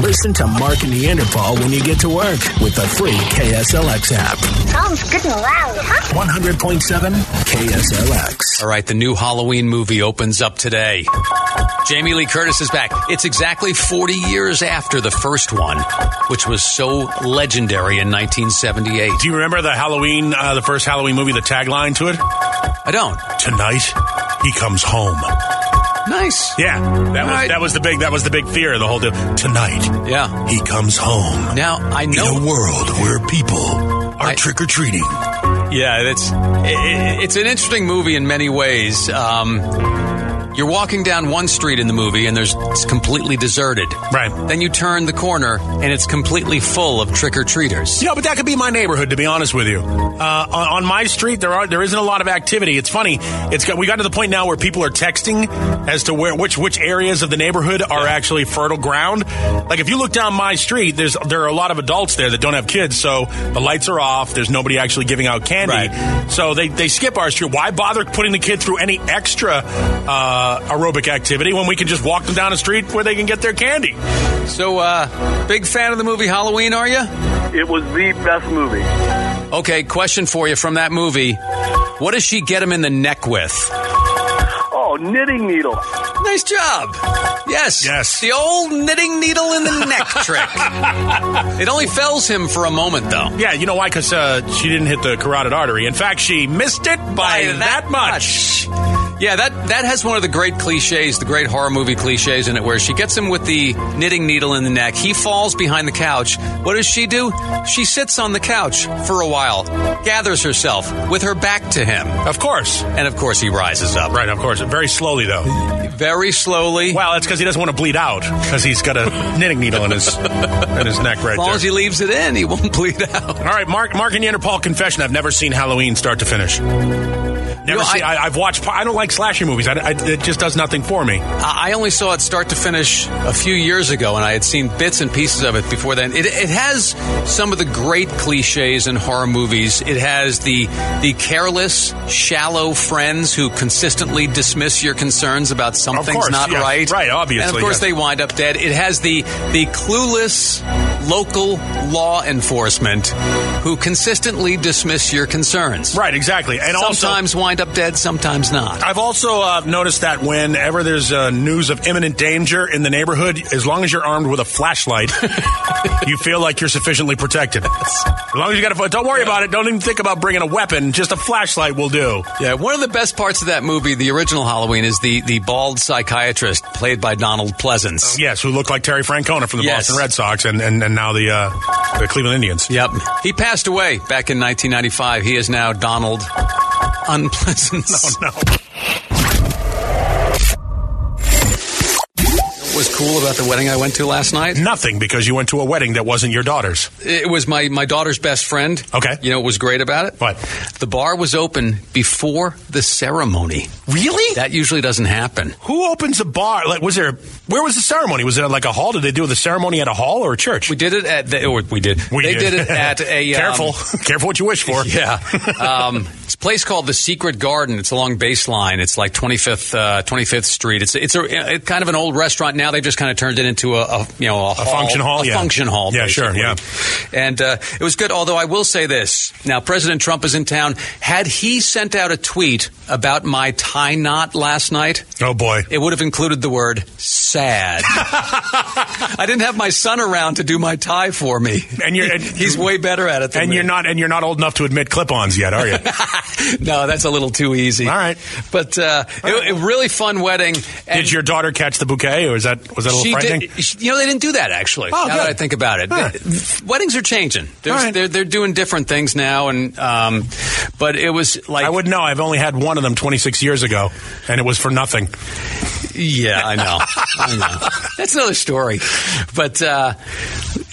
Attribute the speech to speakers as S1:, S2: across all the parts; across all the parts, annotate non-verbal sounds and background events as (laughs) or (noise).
S1: Listen to Mark and Neanderthal when you get to work with the free KSLX app.
S2: Sounds good and loud, huh?
S1: 100.7 KSLX.
S3: All right, the new Halloween movie opens up today. Jamie Lee Curtis is back. It's exactly 40 years after the first one, which was so legendary in 1978.
S4: Do you remember the Halloween, uh, the first Halloween movie, the tagline to it?
S3: I don't.
S4: Tonight, he comes home.
S3: Nice.
S4: Yeah, that was
S3: Right.
S4: that was the big that was the big fear of the whole deal. Tonight,
S3: Yeah.
S4: he comes home.
S3: Now I
S4: In
S3: know.
S4: a world where people are
S3: I-
S4: trick or treating.
S3: Yeah, that's i- i- it's an interesting movie in many ways. Um, you're walking down one street in the movie, and there's it's completely deserted.
S4: Right.
S3: Then you turn the corner, and it's completely full of trick or treaters.
S4: You know, but that could be my neighborhood. To be honest with you, uh, on, on my street there are there isn't a lot of activity. It's funny. It's got, we got to the point now where people are texting as to where which which areas of the neighborhood are actually fertile ground. Like if you look down my street, there's there are a lot of adults there that don't have kids, so the lights are off. There's nobody actually giving out candy,
S3: Right.
S4: so they they skip our street. Why bother putting the kid through any extra uh, aerobic activity when we can just walk them down a street where they can get their candy?
S3: So, uh, big fan of the movie Halloween, are you?
S5: It was the best movie.
S3: Okay, question for you from that movie: What does she get him in the neck with?
S5: Oh, knitting needle.
S3: Nice job. Yes.
S4: Yes.
S3: The old knitting needle in the (laughs) neck trick. It only fells him for a moment, though.
S4: Yeah, you know why? Because uh, she didn't hit the carotid artery. In fact, she missed it by, that, much.
S3: Yeah, that that has one of the great cliches, the great horror movie cliches in it, where she gets him with the knitting needle in the neck. He falls behind the couch. What does she do? She sits on the couch for a while, gathers herself with her back to him,
S4: Of course.
S3: and of course he rises up
S4: Right, of course. Very slowly, though.
S3: very slowly.
S4: Well, that's because he doesn't want to bleed out because
S3: (laughs)
S4: he's got a knitting needle in his in his neck right
S3: As long
S4: there.
S3: as he leaves it in, he won't (laughs) bleed out.
S4: All right, Mark, Mark and Paul confession. I've never seen Halloween start to finish. Never
S3: know,
S4: seen.
S3: I-
S4: I, have watched. I don't like slasher movies. I, I- it just does nothing for me.
S3: I I only saw it start to finish a few years ago, and I had seen bits and pieces of it before then. It, it has some of the great cliches in horror movies. It has the the careless, shallow friends who consistently dismiss your concerns about something's
S4: course,
S3: not
S4: yes,
S3: right.
S4: right, obviously,
S3: And of course,
S4: yes.
S3: they wind up dead. It has the the clueless local law enforcement who consistently dismiss your concerns.
S4: Right, exactly. And also,
S3: sometimes wind up dead, sometimes not.
S4: I've also uh, noticed that whenever there's uh, news of imminent danger in the neighborhood, as long as you're armed with a (laughs) flashlight, you feel like you're sufficiently protected. As long as you got a, don't worry about it. Don't even think about bringing a weapon. Just a flashlight will do.
S3: Yeah, one of the best parts of that movie, the original Halloween, is the the bald psychiatrist played by Donald Pleasance.
S4: Yes, who looked like Terry Francona from the
S3: Yes.
S4: Boston Red Sox and and, and now the uh, the Cleveland Indians.
S3: Yep. He passed away back in 1995. He is now Donald
S4: (laughs)
S3: Unpleasance.
S4: Oh, No.
S3: What was cool about the wedding I went to last night?
S4: Nothing because you went to a wedding that wasn't your daughter's.
S3: It was my, my daughter's best friend.
S4: Okay.
S3: You know what was great about it?
S4: What?
S3: The bar was open before the ceremony.
S4: Really?
S3: That usually doesn't happen.
S4: Who opens a bar? Like, was there? Where was the ceremony? Was it at, like a hall? Did they do the ceremony at a hall or a church?
S3: We did it at the, or we did.
S4: We
S3: they did. it
S4: (laughs)
S3: at a um,
S4: careful, careful what you wish for.
S3: (laughs) Yeah. Um, it's a place called the Secret Garden. It's along Baseline. It's like 25th uh, 25th Street. It's it's a it's kind of an old restaurant now. They just kind of turned it into a, a you know a, hall,
S4: function hall,
S3: a
S4: yeah.
S3: function hall.
S4: Yeah, sure,
S3: basically.
S4: yeah.
S3: And uh, it was good. Although I will say this now, President Trump is in town. Had he sent out a tweet about my tie knot last night,
S4: Oh boy.
S3: it would have included the word
S4: (laughs)
S3: sad. I didn't have my son around to do my tie for me.
S4: And you're- and-
S3: he's way better at it than
S4: and
S3: me.
S4: you're not and you're not old enough to admit clip-ons
S3: (laughs)
S4: yet, are you?
S3: no, that's a little too easy.
S4: All right.
S3: but uh, It, it really fun wedding. And
S4: Did your daughter catch the bouquet, or is that was that a little
S3: she
S4: frightening?
S3: did, she- you know, they didn't do that actually.
S4: Oh,
S3: now
S4: good.
S3: that I think about it,
S4: All right.
S3: Th- weddings are changing. There's,
S4: All right.
S3: They're they're doing different things now, and um, but it was like
S4: I wouldn't know. I've only had one of them 26 years ago, and it was for nothing.
S3: Yeah, I know. I
S4: (laughs)
S3: know. That's another story. But uh,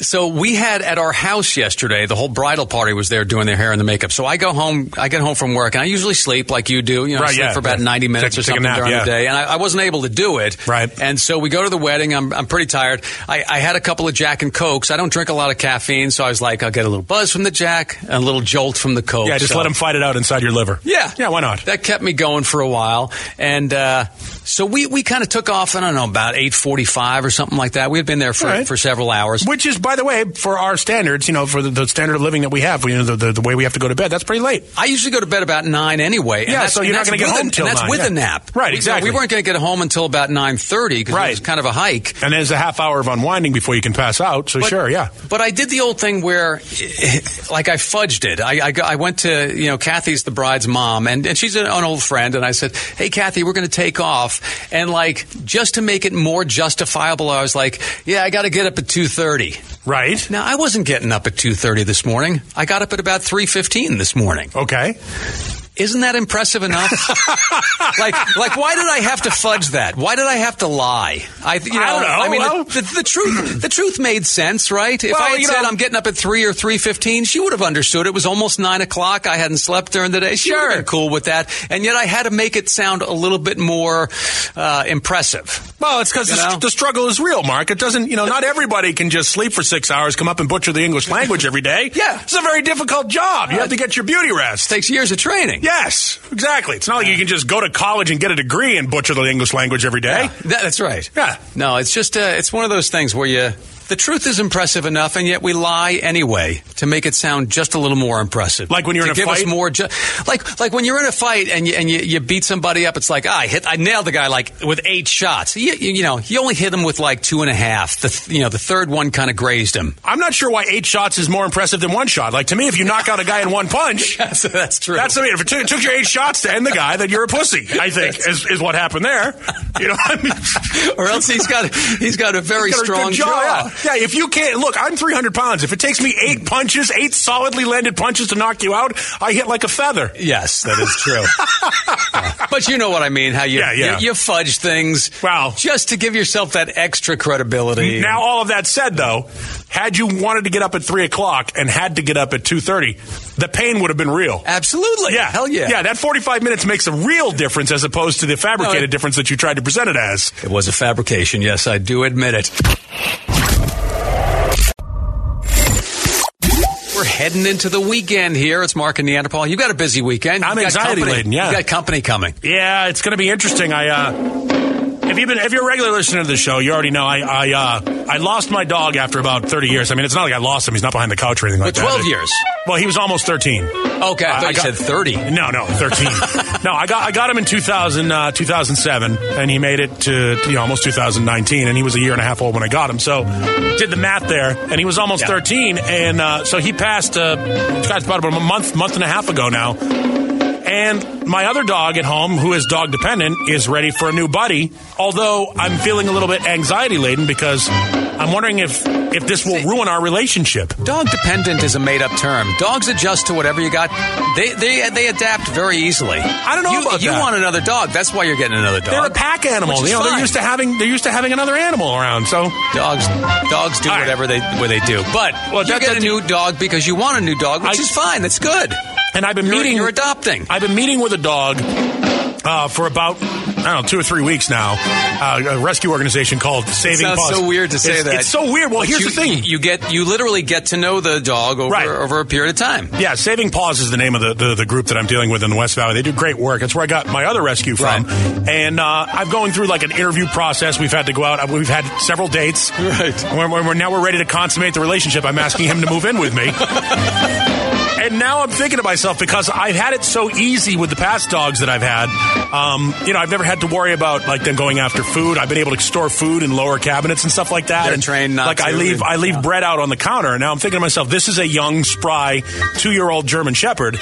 S3: so we had at our house yesterday, the whole bridal party was there doing their hair and the makeup. So I go home, I get home from work, and I usually sleep like you do. You know, I
S4: Right,
S3: sleep
S4: yeah,
S3: for about
S4: yeah.
S3: 90 minutes
S4: Take-
S3: or
S4: take a
S3: something
S4: nap,
S3: during
S4: yeah.
S3: the day. And I, I wasn't able to do it.
S4: Right.
S3: And so we go to the wedding. I'm, I'm pretty tired. I, I had a couple of Jack and Cokes. I don't drink a lot of caffeine. So I was like, I'll get a little buzz from the Jack and a little jolt from the Coke.
S4: Yeah, just
S3: So-
S4: let them fight it out inside your liver.
S3: yeah.
S4: yeah. Why not?
S3: That kept me going for a while. And uh, So we, we kind of took off, I don't know, about 8.45 or something like that. We had been there for,
S4: All right.
S3: for several hours.
S4: Which is, by the way, for our standards, you know, for the, the standard of living that we have, you know, the, the, the way we have to go to bed, that's pretty late.
S3: I usually go to bed about nine anyway. And
S4: Yeah,
S3: that's-
S4: so you're
S3: and
S4: not
S3: that's
S4: gonna get
S3: with a-
S4: home till
S3: and that's
S4: nine,
S3: with
S4: yeah.
S3: a nap,
S4: Right,
S3: We-
S4: exactly.
S3: We weren't going to get home until about nine thirty because it was
S4: Right.
S3: kind of a hike.
S4: And there's a half hour of unwinding before you can pass out. So
S3: But-
S4: sure, yeah.
S3: But I did the old thing where, like, I fudged it. I, I, got- I went to, you know, Kathy's the bride's mom, and, and she's an, an old friend, and I said, hey, Kathy, we're going to take off. And, like, just to make it more justifiable, I was like, yeah, I got to get up at 2.30.
S4: Right.
S3: Now, I wasn't getting up at 2.30 this morning. I got up at about 3.15 this morning.
S4: Okay.
S3: Isn't that impressive
S4: (laughs)
S3: enough? like, like, why did I have to fudge that? Why did I have to lie? I, you know,
S4: I don't know.
S3: I mean,
S4: Well-
S3: the, the, the truth, the truth made sense, right? If
S4: Well,
S3: I had
S4: you
S3: said
S4: know-
S3: I'm getting up at three or three fifteen, she would have understood. It was almost nine o'clock. I hadn't slept during the day. She would have been cool with that. And yet, I had to make it sound a little bit more uh, impressive.
S4: Well, it's because
S3: You know?
S4: the, struggle is real, Mark. It doesn't, you know, not everybody can just sleep for six hours, come up and butcher the English language every day.
S3: (laughs) Yeah.
S4: It's a very difficult job. You have to get your beauty rest.
S3: takes years of training.
S4: Yes, exactly. It's not like you can just go to college and get a degree and butcher the English language every day.
S3: (laughs) That- that's right.
S4: Yeah.
S3: No, it's just uh, it's one of those things where you the truth is impressive enough, and yet we lie anyway to make it sound just a little more impressive.
S4: Like when you're
S3: to
S4: in a
S3: give us
S4: fight?
S3: more, ju- like like when you're in a fight and you, and you, you beat somebody up, it's like "Ah, I hit I nailed the guy like with eight shots. You, you, you know you only hit him with like two and a half. The th- you know the third one kind of grazed him. (laughs)
S4: I'm not sure why eight shots is more impressive than one shot. Like to me, if you knock out a guy in one
S3: (laughs)
S4: punch,
S3: That's that's true.
S4: That's I mean, if it took, it took you eight shots to end the guy, then you're a pussy. I think is, is what happened there. You know, I mean,
S3: or else he's got he's got a very
S4: he's got a
S3: strong
S4: good jaw. Yeah. yeah, if you can't look, I'm 300 pounds. If it takes me eight punches, eight solidly landed punches to knock you out, I hit like a feather.
S3: Yes, that is true. Yeah.
S4: (laughs)
S3: But you know what I mean, how you,
S4: Yeah, yeah.
S3: you you fudge things
S4: Wow.
S3: just to give yourself that extra credibility.
S4: Now, all of that said, though, had you wanted to get up at three o'clock and had to get up at two thirty, the pain would have been real.
S3: Absolutely.
S4: Yeah,
S3: Hell yeah.
S4: yeah. That forty-five minutes makes a real difference as opposed to the fabricated
S3: No, it-
S4: difference that you tried to present it as.
S3: It was a fabrication. Yes, I do admit it. We're heading into the weekend here. It's Mark and Neanderthal. You've got a busy weekend.
S4: I'm
S3: You've got
S4: anxiety
S3: company.
S4: laden, yeah.
S3: you got company coming.
S4: Yeah, it's going to be interesting. I uh, if you've been if you're a regular listener to the show, you already know I I uh, I lost my dog after about thirty years. I mean, it's not like I lost him; he's not behind the couch or anything like
S3: But 12
S4: that.
S3: years.
S4: Well, he was almost thirteen.
S3: Okay, I thought
S4: I
S3: you said
S4: got-
S3: 30.
S4: No, no,
S3: (laughs)
S4: thirteen. no, I got I got him in 2000, uh, 2007, and he made it to you know almost 2019, and he was a year and a half old when I got him. So did the math there, and he was almost
S3: Yeah.
S4: thirteen, and uh, so he passed. Uh, gosh, about a month month and a half ago now. And my other dog at home, who is dog dependent, is ready for a new buddy. Although I'm feeling a little bit anxiety laden because I'm wondering if if this will ruin our relationship.
S3: Dog dependent is a made up term. Dogs adjust to whatever you got. They they they adapt very easily. I
S4: don't know
S3: you,
S4: about
S3: you
S4: that.
S3: want another dog. That's why you're getting another dog.
S4: They're a pack animal.
S3: Which is
S4: You know,
S3: fine.
S4: they're used to having they're used to having another animal around. So
S3: dogs. Dogs do
S4: All right.
S3: whatever they what they do. But
S4: Well,
S3: you
S4: that-
S3: get
S4: that-
S3: a new dog because you want a new dog, which
S4: I-
S3: is fine. That's good.
S4: and I've been
S3: You're,
S4: meeting
S3: you're adopting.
S4: I've been meeting with a dog uh, for about I don't know two or three weeks now. Uh, a rescue organization called Saving
S3: Sounds
S4: Paws.
S3: so weird to say
S4: It's-
S3: that.
S4: It's so weird. Well,
S3: But
S4: here's
S3: you-
S4: the thing.
S3: You get you literally get to know the dog over
S4: Right.
S3: over a period of time.
S4: Yeah, Saving Paws is the name of the, the, the group that I'm dealing with in the West Valley. They do great work. That's where I got my other rescue from.
S3: Right.
S4: And uh, I'm going through like an interview process. We've had to go out. We've had several dates.
S3: Right.
S4: We're, we're, we're- now we're ready to consummate the relationship. I'm asking him to move in with me. And now I'm thinking to myself because I've had it so easy with the past dogs that I've had. Um, you know, I've never had to worry about like them going after food. I've been able to store food in lower cabinets and stuff like that.
S3: They're
S4: and
S3: trained not
S4: like I
S3: to,
S4: leave,
S3: and-
S4: I leave bread out on the counter. And now I'm thinking to myself, this is a young, spry, two year old German Shepherd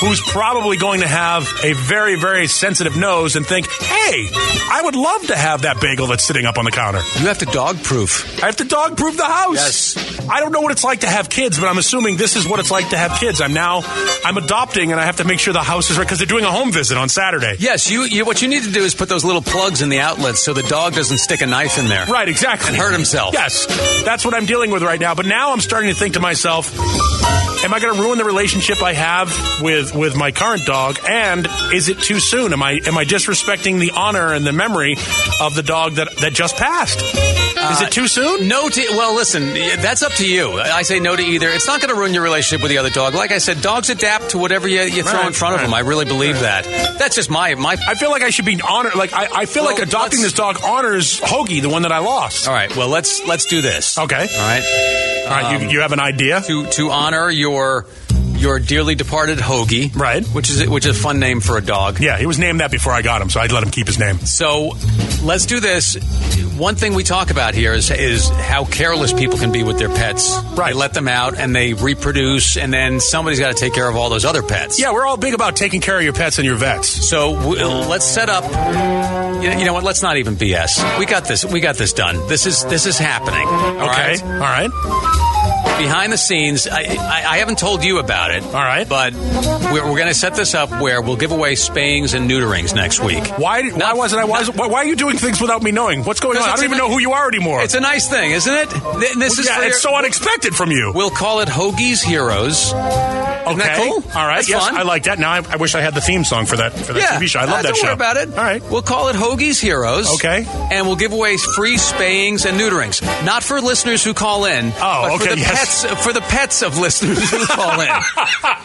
S4: who's probably going to have a very, very sensitive nose and think, hey, I would love to have that bagel that's sitting up on the counter.
S3: You have to dog proof.
S4: I have to dog proof the house.
S3: Yes.
S4: I don't know what it's like to have kids, but I'm assuming this is what it's like to have kids. I'm now, I'm adopting and I have to make sure the house is right because they're doing a home visit on Saturday.
S3: Yes, you, you what you need to do is put those little plugs in the outlets so the dog doesn't stick a knife in there.
S4: Right, exactly.
S3: And hurt himself.
S4: Yes. That's what I'm dealing with right now. But now I'm starting to think to myself, am I going to ruin the relationship I have with with my current dog and is it too soon? Am I am I disrespecting the honor and the memory of the dog that that just passed? Is
S3: Uh,
S4: it too soon?
S3: No to well, listen, that's up to you. I say no to either. It's not going to ruin your relationship with the other dog. Like I said, dogs adapt to whatever you, you throw
S4: Right,
S3: in front of
S4: right.
S3: them. I really believe that. That's just my my.
S4: I feel like I should be honored. Like I, I feel
S3: Well,
S4: like adopting
S3: let's-
S4: this dog honors Hoagie, the one that I lost.
S3: all right. Well, let's let's do this.
S4: Okay.
S3: All right. Um,
S4: All right, you, you have an idea?
S3: to to honor your your dearly departed Hoagie,
S4: Right.
S3: Which is which is a fun name for a dog.
S4: Yeah, he was named that before I got him, so I'd let him keep his name.
S3: So let's do this. One thing we talk about here is is how careless people can be with their pets.
S4: Right.
S3: They let them out and they reproduce, and then somebody's got to take care of all those other pets.
S4: Yeah, we're all big about taking care of your pets and your vets.
S3: So w- let's set up. You know, you know what? Let's not even BS. We got this. We got this done. This is this is happening. All
S4: Okay.
S3: right?
S4: All right.
S3: behind the scenes, I, I, I haven't told you about it. All
S4: right.
S3: But we're, we're going to set this up where we'll give away spayings and neuterings next week.
S4: Why? Why
S3: Not-
S4: wasn't I? Why, is- why why are you doing things without me knowing? What's going on?
S3: Because
S4: I
S3: it's
S4: don't even
S3: a-
S4: know who you are anymore.
S3: It's a nice thing, isn't it? Th- This is
S4: yeah,
S3: for
S4: it's
S3: your-
S4: so unexpected from you.
S3: We'll call it Hoagie's Heroes.
S4: okay.
S3: that cool?
S4: All right.
S3: That's
S4: yes,
S3: fun.
S4: I like that. Now I, I wish I had the theme song for that for that TV show. I love
S3: uh,
S4: that
S3: don't
S4: show.
S3: Worry about it.
S4: All right.
S3: We'll call it Hoagie's Heroes.
S4: Okay.
S3: And we'll give away free spayings and neuterings, not for listeners who call in. but
S4: Oh, okay,
S3: For the
S4: yes.
S3: pets, for the pets of listeners who call
S4: (laughs)
S3: in.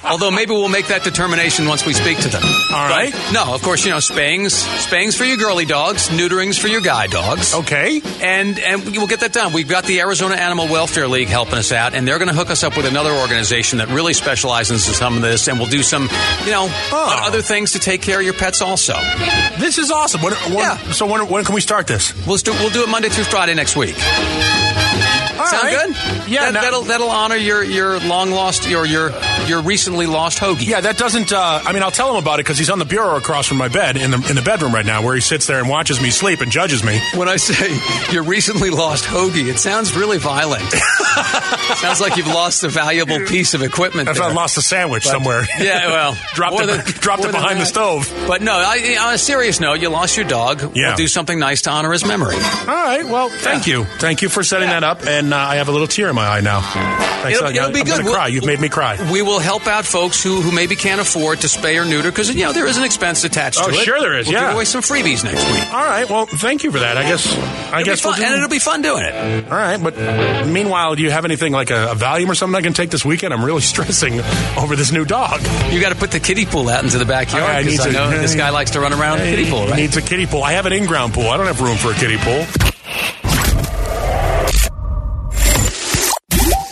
S3: Although maybe we'll make that determination once we speak to them.
S4: All
S3: All
S4: right.
S3: right. no, of course you know spayings, spayings for your girly dogs, neuterings for your guy dogs.
S4: Okay.
S3: And and we'll get that done. We've got the Arizona Animal Welfare League helping us out, and they're going to hook us up with another organization that really specializes in some of this, and we'll do some, you know,
S4: Oh.
S3: other things to take care of your pets. Also,
S4: This is awesome. When, when,
S3: Yeah.
S4: So when, when can we start this?
S3: we'll do we'll do it Monday through Friday next week.
S4: All
S3: Sound
S4: right.
S3: good?
S4: Yeah.
S3: that,
S4: now-
S3: that'll that'll honor your your long lost your your your recently lost hoagie.
S4: Yeah, that doesn't. Uh, I mean, I'll tell him about it because he's on the bureau across from my bed in the in the bedroom right now, where he sits there and watches me sleep and judges me.
S3: When I say your recently lost hoagie, it sounds really
S4: (laughs)
S3: violent. sounds like you've lost a valuable piece of equipment.
S4: After I
S3: there.
S4: lost a sandwich
S3: (laughs)
S4: somewhere. (laughs)
S3: Yeah, well,
S4: dropped
S3: more than-
S4: it, dropped
S3: more
S4: it
S3: than
S4: behind the
S3: that.
S4: stove.
S3: But no, I, on a serious note, you lost your dog.
S4: Yeah.
S3: We'll do something nice to honor his memory.
S4: All right. Well, thank
S3: Yeah.
S4: you. Thank you for setting that up. And uh, I have a little tear in my eye now. Thanks,
S3: It'll-
S4: I-
S3: it'll be
S4: I'm
S3: good.
S4: gonna
S3: We'll-
S4: cry. You've made me cry.
S3: We will help out folks who, who maybe can't afford to spay or neuter because, you know, there is an expense attached
S4: Oh,
S3: to it.
S4: sure there is,
S3: We'll
S4: yeah.
S3: give away some freebies next week. It'll
S4: All right. Well, thank you for that. I guess. I
S3: be
S4: guess we'll
S3: fun-
S4: do-
S3: and it'll be fun doing it.
S4: All right. But meanwhile, do you have anything like a, a Valium or something I can take this weekend? I'm really (laughs) stressing over this new dog.
S3: You got to put the kiddie pool out into the
S4: All right, I
S3: backyard
S4: need
S3: because I,
S4: to- (laughs)
S3: know this guy likes to run around in a kiddie pool,
S4: He
S3: right?
S4: Needs a kiddie pool. I have an in-ground pool. I don't have room for a kiddie pool.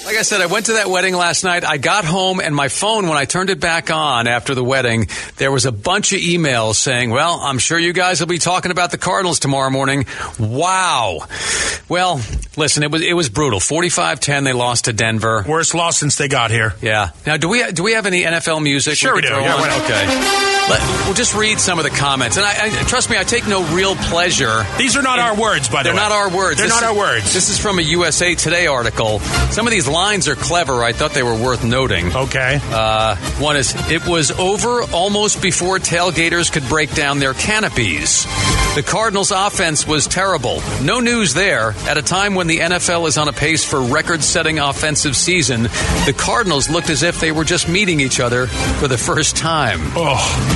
S3: Like I said, I went to that wedding last night. I got home and my phone, when I turned it back on after the wedding, there was a bunch of emails saying, well, I'm sure you guys will be talking about the Cardinals tomorrow morning. Wow. Well, listen, it was, it was brutal. 45-10, they lost to Denver.
S4: Worst loss since they got here.
S3: Yeah. Now, do we do we have any NFL music?
S4: Sure we
S3: could
S4: do.
S3: throw
S4: Yeah,
S3: on?
S4: why not?
S3: okay. Let, we'll just read some of the comments, and I, I trust me, I take no real pleasure.
S4: These are not
S3: in-
S4: our words, by the
S3: They're
S4: way.
S3: not our words.
S4: They're
S3: This
S4: not
S3: is-
S4: our words.
S3: This is from a USA Today article. Some of these lines are clever. I thought they were worth noting.
S4: Okay.
S3: Uh, one is, it was over almost before tailgaters could break down their canopies. The Cardinals' offense was terrible. No news there. At a time when the NFL is on a pace for record setting offensive season, the Cardinals looked as if they were just meeting each other for the first time.
S4: oh,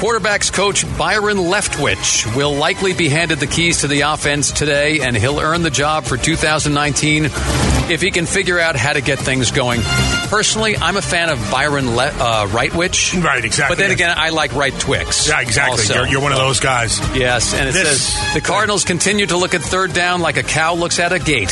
S3: Quarterbacks coach Byron Leftwich will likely be handed the keys to the offense today, and he'll earn the job for 2019 if he can figure out how to get things going. Personally, I'm a fan of Byron Le- uh, Rightwich.
S4: Right, exactly,
S3: But then
S4: yes.
S3: again, I like Right Twix.
S4: yeah, exactly.
S3: also.
S4: You're, you're one of those guys.
S3: Yes, and it
S4: This-
S3: says the Cardinals continue to look at third down like a cow looks at a
S4: (laughs)
S3: gate,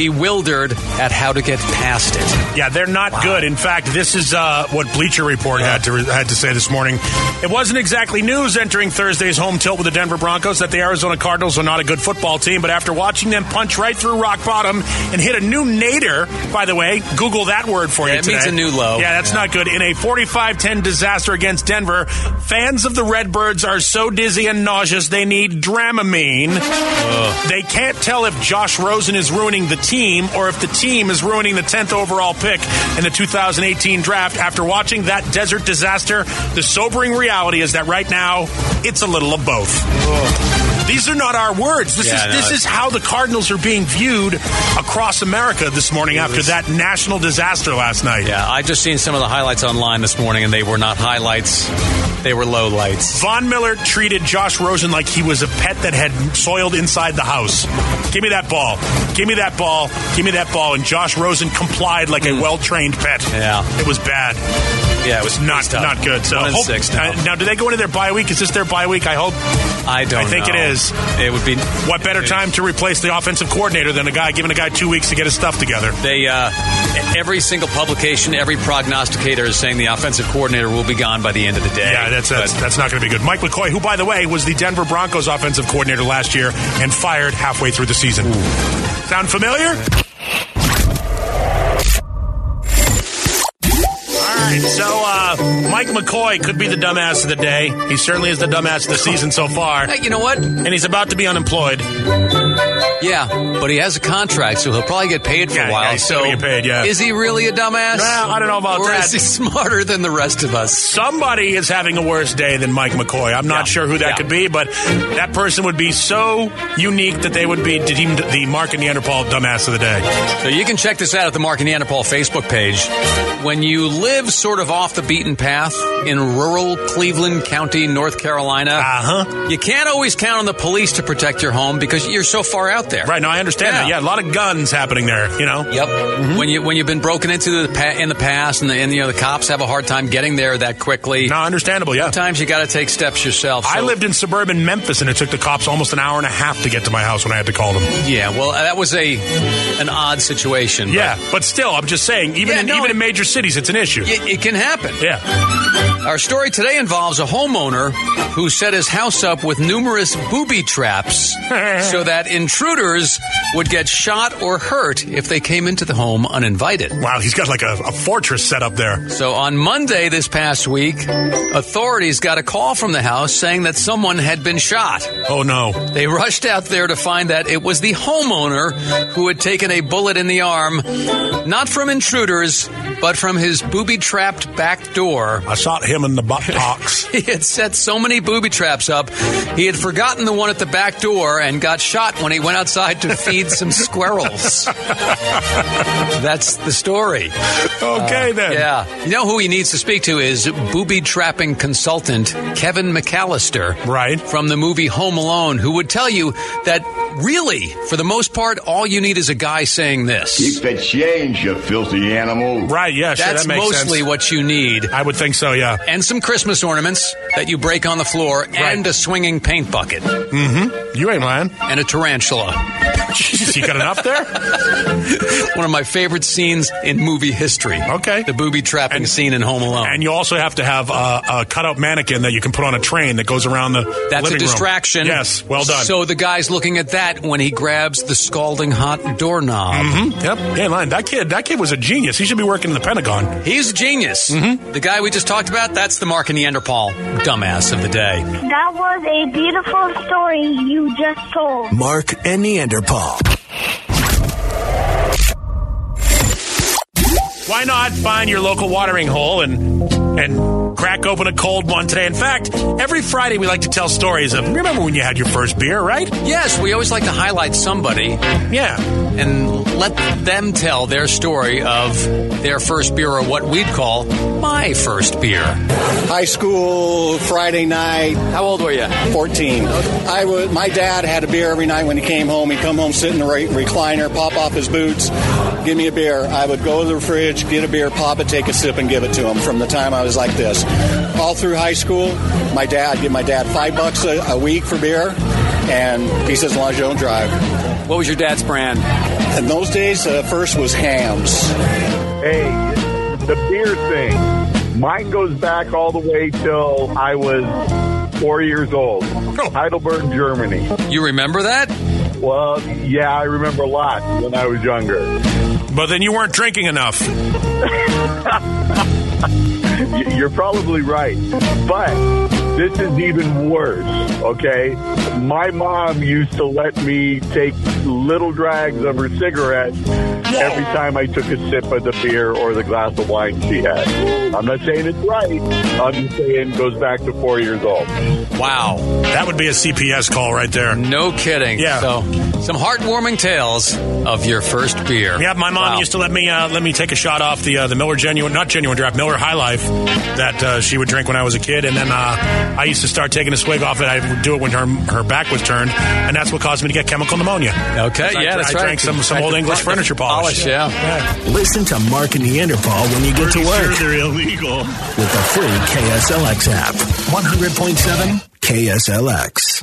S3: bewildered at how to get past it.
S4: Yeah, they're not good. In fact, this is uh, what Bleacher Report had to had to say this morning. It wasn't exactly news entering Thursday's home tilt with the Denver Broncos that the Arizona Cardinals are not a good football team. But after watching them punch right through rock bottom and hit a new nadir, by the way, Google that word for you.
S3: it
S4: today.
S3: means a new low.
S4: Yeah, that's
S3: Yeah.
S4: not good. In a 45-10 disaster against Denver, fans of the Redbirds are so dizzy and nauseous they need Dramamine. They can't tell if Josh Rosen is ruining the team or if the team is ruining the 10th overall pick in the 2018 draft. After watching that desert disaster, the sobering reality is that right now, it's a little of both. These are not our words. This
S3: Yeah,
S4: is
S3: no,
S4: this
S3: it's-
S4: is how the Cardinals are being viewed across America this morning after
S3: was-
S4: that national disaster last night.
S3: Yeah, I just seen some of the highlights online this morning, and they were not highlights; they were lowlights.
S4: Von Miller treated Josh Rosen like he was a pet that had soiled inside the house. Give me that ball. Give me that ball. Give me that ball. And Josh Rosen complied like a well trained pet.
S3: Hmm. Yeah.
S4: It was bad.
S3: Yeah,
S4: It was not
S3: tough.
S4: not good. So
S3: One and
S4: hope-
S3: six now.
S4: uh, now, do they go into their bye week? Is this their bye week? I hope.
S3: I don't.
S4: I think
S3: know.
S4: it is.
S3: It would be
S4: What better time to replace the offensive coordinator than a guy giving a guy two weeks to get his stuff together?
S3: They uh, every single publication, every prognosticator is saying the offensive coordinator will be gone by the end of the day.
S4: Yeah, that's that's,
S3: But
S4: that's not going to be good. Mike McCoy, who by the way was the Denver Broncos offensive coordinator last year and fired halfway through the season. Sound familiar? All right, So, uh, Mike McCoy could be the dumbass of the day. He certainly is the dumbass of the season so far.
S3: Hey, you know what?
S4: And he's about to be unemployed.
S3: Yeah, but he has a contract, so he'll probably get paid for
S4: Yeah,
S3: a while.
S4: yeah, he's
S3: so
S4: gonna get paid, yeah.
S3: is he really a dumbass?
S4: Well, I don't know about
S3: or
S4: that.
S3: is he smarter than the rest of us?
S4: Somebody is having a worse day than Mike McCoy. I'm not
S3: Yeah.
S4: sure who that
S3: Yeah.
S4: could be, but that person would be so unique that they would be deemed the Mark and Neanderthal dumbass of the day.
S3: So you can check this out at the Mark and Neanderthal Facebook page. When you live sort of off the beaten path in rural Cleveland County, North Carolina,
S4: Uh huh.
S3: you can't always count on the police to protect your home because you're so far out there.
S4: Right. No, I understand
S3: Yeah.
S4: that. Yeah, a lot of guns happening there. You know.
S3: Yep.
S4: Mm-hmm.
S3: When you when you've been broken into the pa- in the past, and, the, and you know the cops have a hard time getting there that quickly.
S4: No, understandable. Yeah.
S3: Sometimes you got to take steps yourself.
S4: I
S3: So-
S4: lived in suburban Memphis, and it took the cops almost an hour and a half to get to my house when I had to call them.
S3: Yeah. Well, that was a an odd situation. but
S4: Yeah, but still, I'm just saying, even
S3: Yeah,
S4: in
S3: no,
S4: even in
S3: it-
S4: major cities, it's an issue.
S3: It, it can happen.
S4: Yeah,
S3: Our story today involves a homeowner who set his house up with numerous booby
S4: (laughs)
S3: traps so that intruders would get shot or hurt if they came into the home uninvited.
S4: wow, he's got like a, a fortress set up there.
S3: So on Monday this past week, authorities got a call from the house saying that someone had been shot.
S4: Oh no,
S3: They (laughs) rushed out there to find that it was the homeowner who had taken a bullet in the arm, not from intruders, but from his booby trapped back door. (laughs)
S4: I shot him in the buttocks.
S3: He had set so many booby traps up, he had forgotten the one at the back door and got shot when he went outside to feed some squirrels. That's the story.
S4: okay then.
S3: Yeah. You know who he needs to speak to is booby trapping consultant Kevin McAllister.
S4: Right.
S3: From the movie Home Alone, who would tell you that really, for the most part, all you need is a guy saying this.
S6: Keep the change, you filthy animal.
S4: Right. Yeah. Sure,
S3: That's
S4: that makes
S3: mostly
S4: sense.
S3: what you need.
S4: I would think so. Yeah.
S3: And some Christmas ornaments that you break on the floor, and a swinging paint bucket,
S4: You
S3: (laughs)
S4: ain't lying.
S3: and a tarantula.
S4: Jesus, you got enough there?
S3: One of my favorite scenes in movie history.
S4: Okay.
S3: The booby trapping
S4: And-
S3: scene in Home Alone.
S4: And you also have to have a, a cutout mannequin that you can put on a train that goes around the.
S3: That's
S4: living
S3: a
S4: room.
S3: distraction.
S4: Yes. Well done.
S3: So the guy's looking at that when he grabs the scalding hot doorknob.
S4: Mm-hmm. Yep. Yeah, in line. That kid, that kid was a genius. He should be working in the Pentagon.
S3: He's a genius.
S4: Mm-hmm.
S3: The guy we just talked about, that's the Mark and Neanderthal dumbass of the day.
S2: That was a beautiful story you just told.
S1: Mark and Neanderthal.
S4: Why not find your local watering hole and and crack open a cold one today? In fact, every Friday we like to tell stories of remember when you had your first beer, right?
S3: Yes, we always like to highlight somebody
S4: Yeah.
S3: and let them tell their story of their first beer or what we'd call my first beer.
S7: High school Friday night. How old were you? Fourteen. I was. My dad had a beer every night when he came home. He'd come home, sit in the re- recliner, pop off his boots, give me a beer. I would go to the fridge, get a beer, pop it, take a sip, and give it to him. From the time I was like this, all through high school, my dad I'd give my dad five bucks a, a week for beer, and he says, "As long as you don't drive."
S3: What was your dad's brand?
S7: And those days, uh, first was Hams.
S5: Hey, the beer thing. Mine goes back all the way till I was four years old. Heidelberg, Germany.
S3: You remember that?
S5: Well, yeah, I remember a lot when I was younger.
S4: But then you weren't drinking enough.
S5: Y- You're probably right. But this is even worse, okay? My mom used to let me take little drags of her cigarette every time I took a sip of the beer or the glass of wine she had. I'm not saying it's right. I'm just saying it goes back to four years old.
S3: Wow.
S4: That would be a CPS call right there.
S3: No kidding.
S4: Yeah.
S3: So, some heartwarming tales of your first beer.
S4: Yeah, my mom
S3: Wow.
S4: used to let me uh, let me take a shot off the uh, the Miller genuine, not genuine draft, Miller High Life that uh, she would drink when I was a kid, and then uh, I used to start taking a swig off it. I would do it when her her back was turned, and that's what caused me to get chemical pneumonia.
S3: Okay,
S4: I,
S3: yeah, that's
S4: I
S3: right.
S4: drank some, some
S3: Back
S4: old
S3: to
S4: English
S3: pol-
S4: furniture polish.
S3: yeah.
S1: Listen to Mark and Neanderthal when you get to work
S8: they're illegal.
S1: with the free KSLX app. 100.7 KSLX.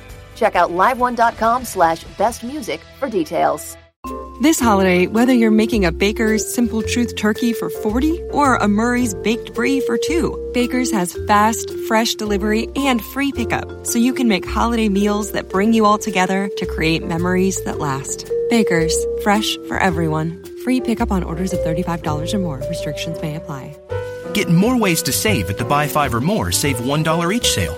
S9: Check out liveone.com slash best music for details.
S10: This holiday, whether you're making a Baker's Simple Truth turkey for 40 or a Murray's Baked Brie for two, Baker's has fast, fresh delivery and free pickup, so you can make holiday meals that bring you all together to create memories that last. Baker's, fresh for everyone. Free pickup on orders of $35 or more. Restrictions may apply.
S8: Get more ways to save at the buy five or more, save $1 each sale.